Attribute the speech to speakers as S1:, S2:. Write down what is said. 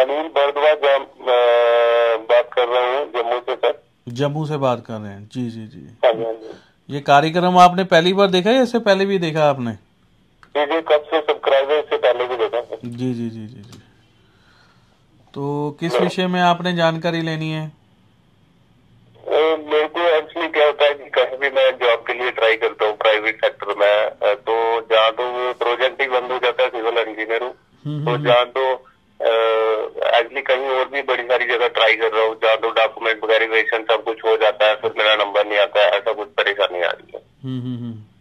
S1: अनिल भारद्वाज जाम- अ, बात कर रहा हूँ जम्मू से सर
S2: जम्मू से बात कर रहे हैं जी जी जी
S1: हाँ जी हाँ जी
S2: ये कार्यक्रम आपने पहली बार देखा या इससे पहले भी देखा आपने
S1: जी जी कब से सब्सक्राइबर इससे पहले भी देखा सर
S2: जी जी जी जी जी तो किस विषय में आपने जानकारी लेनी है
S1: अ, मेरे को एक्चुअली क्या होता है कि कहीं भी मैं जॉब के लिए ट्राई करता हूँ प्राइवेट सेक्टर में अ, तो जहाँ तो वो प्रोजेक्ट ही बंद हो जाता है सिविल इंजीनियर हूँ
S2: हम्म,
S1: तो जहाँ तो एक्चुअली कहीं और भी बड़ी सारी जगह ट्राई कर रहा हूँ जहाँ तो डॉक्यूमेंट वेरिफिकेशन सब कुछ हो जाता है फिर मेरा नंबर नहीं आता है ऐसा कुछ परेशानी आ रही है
S2: हम्म हम्म हम्म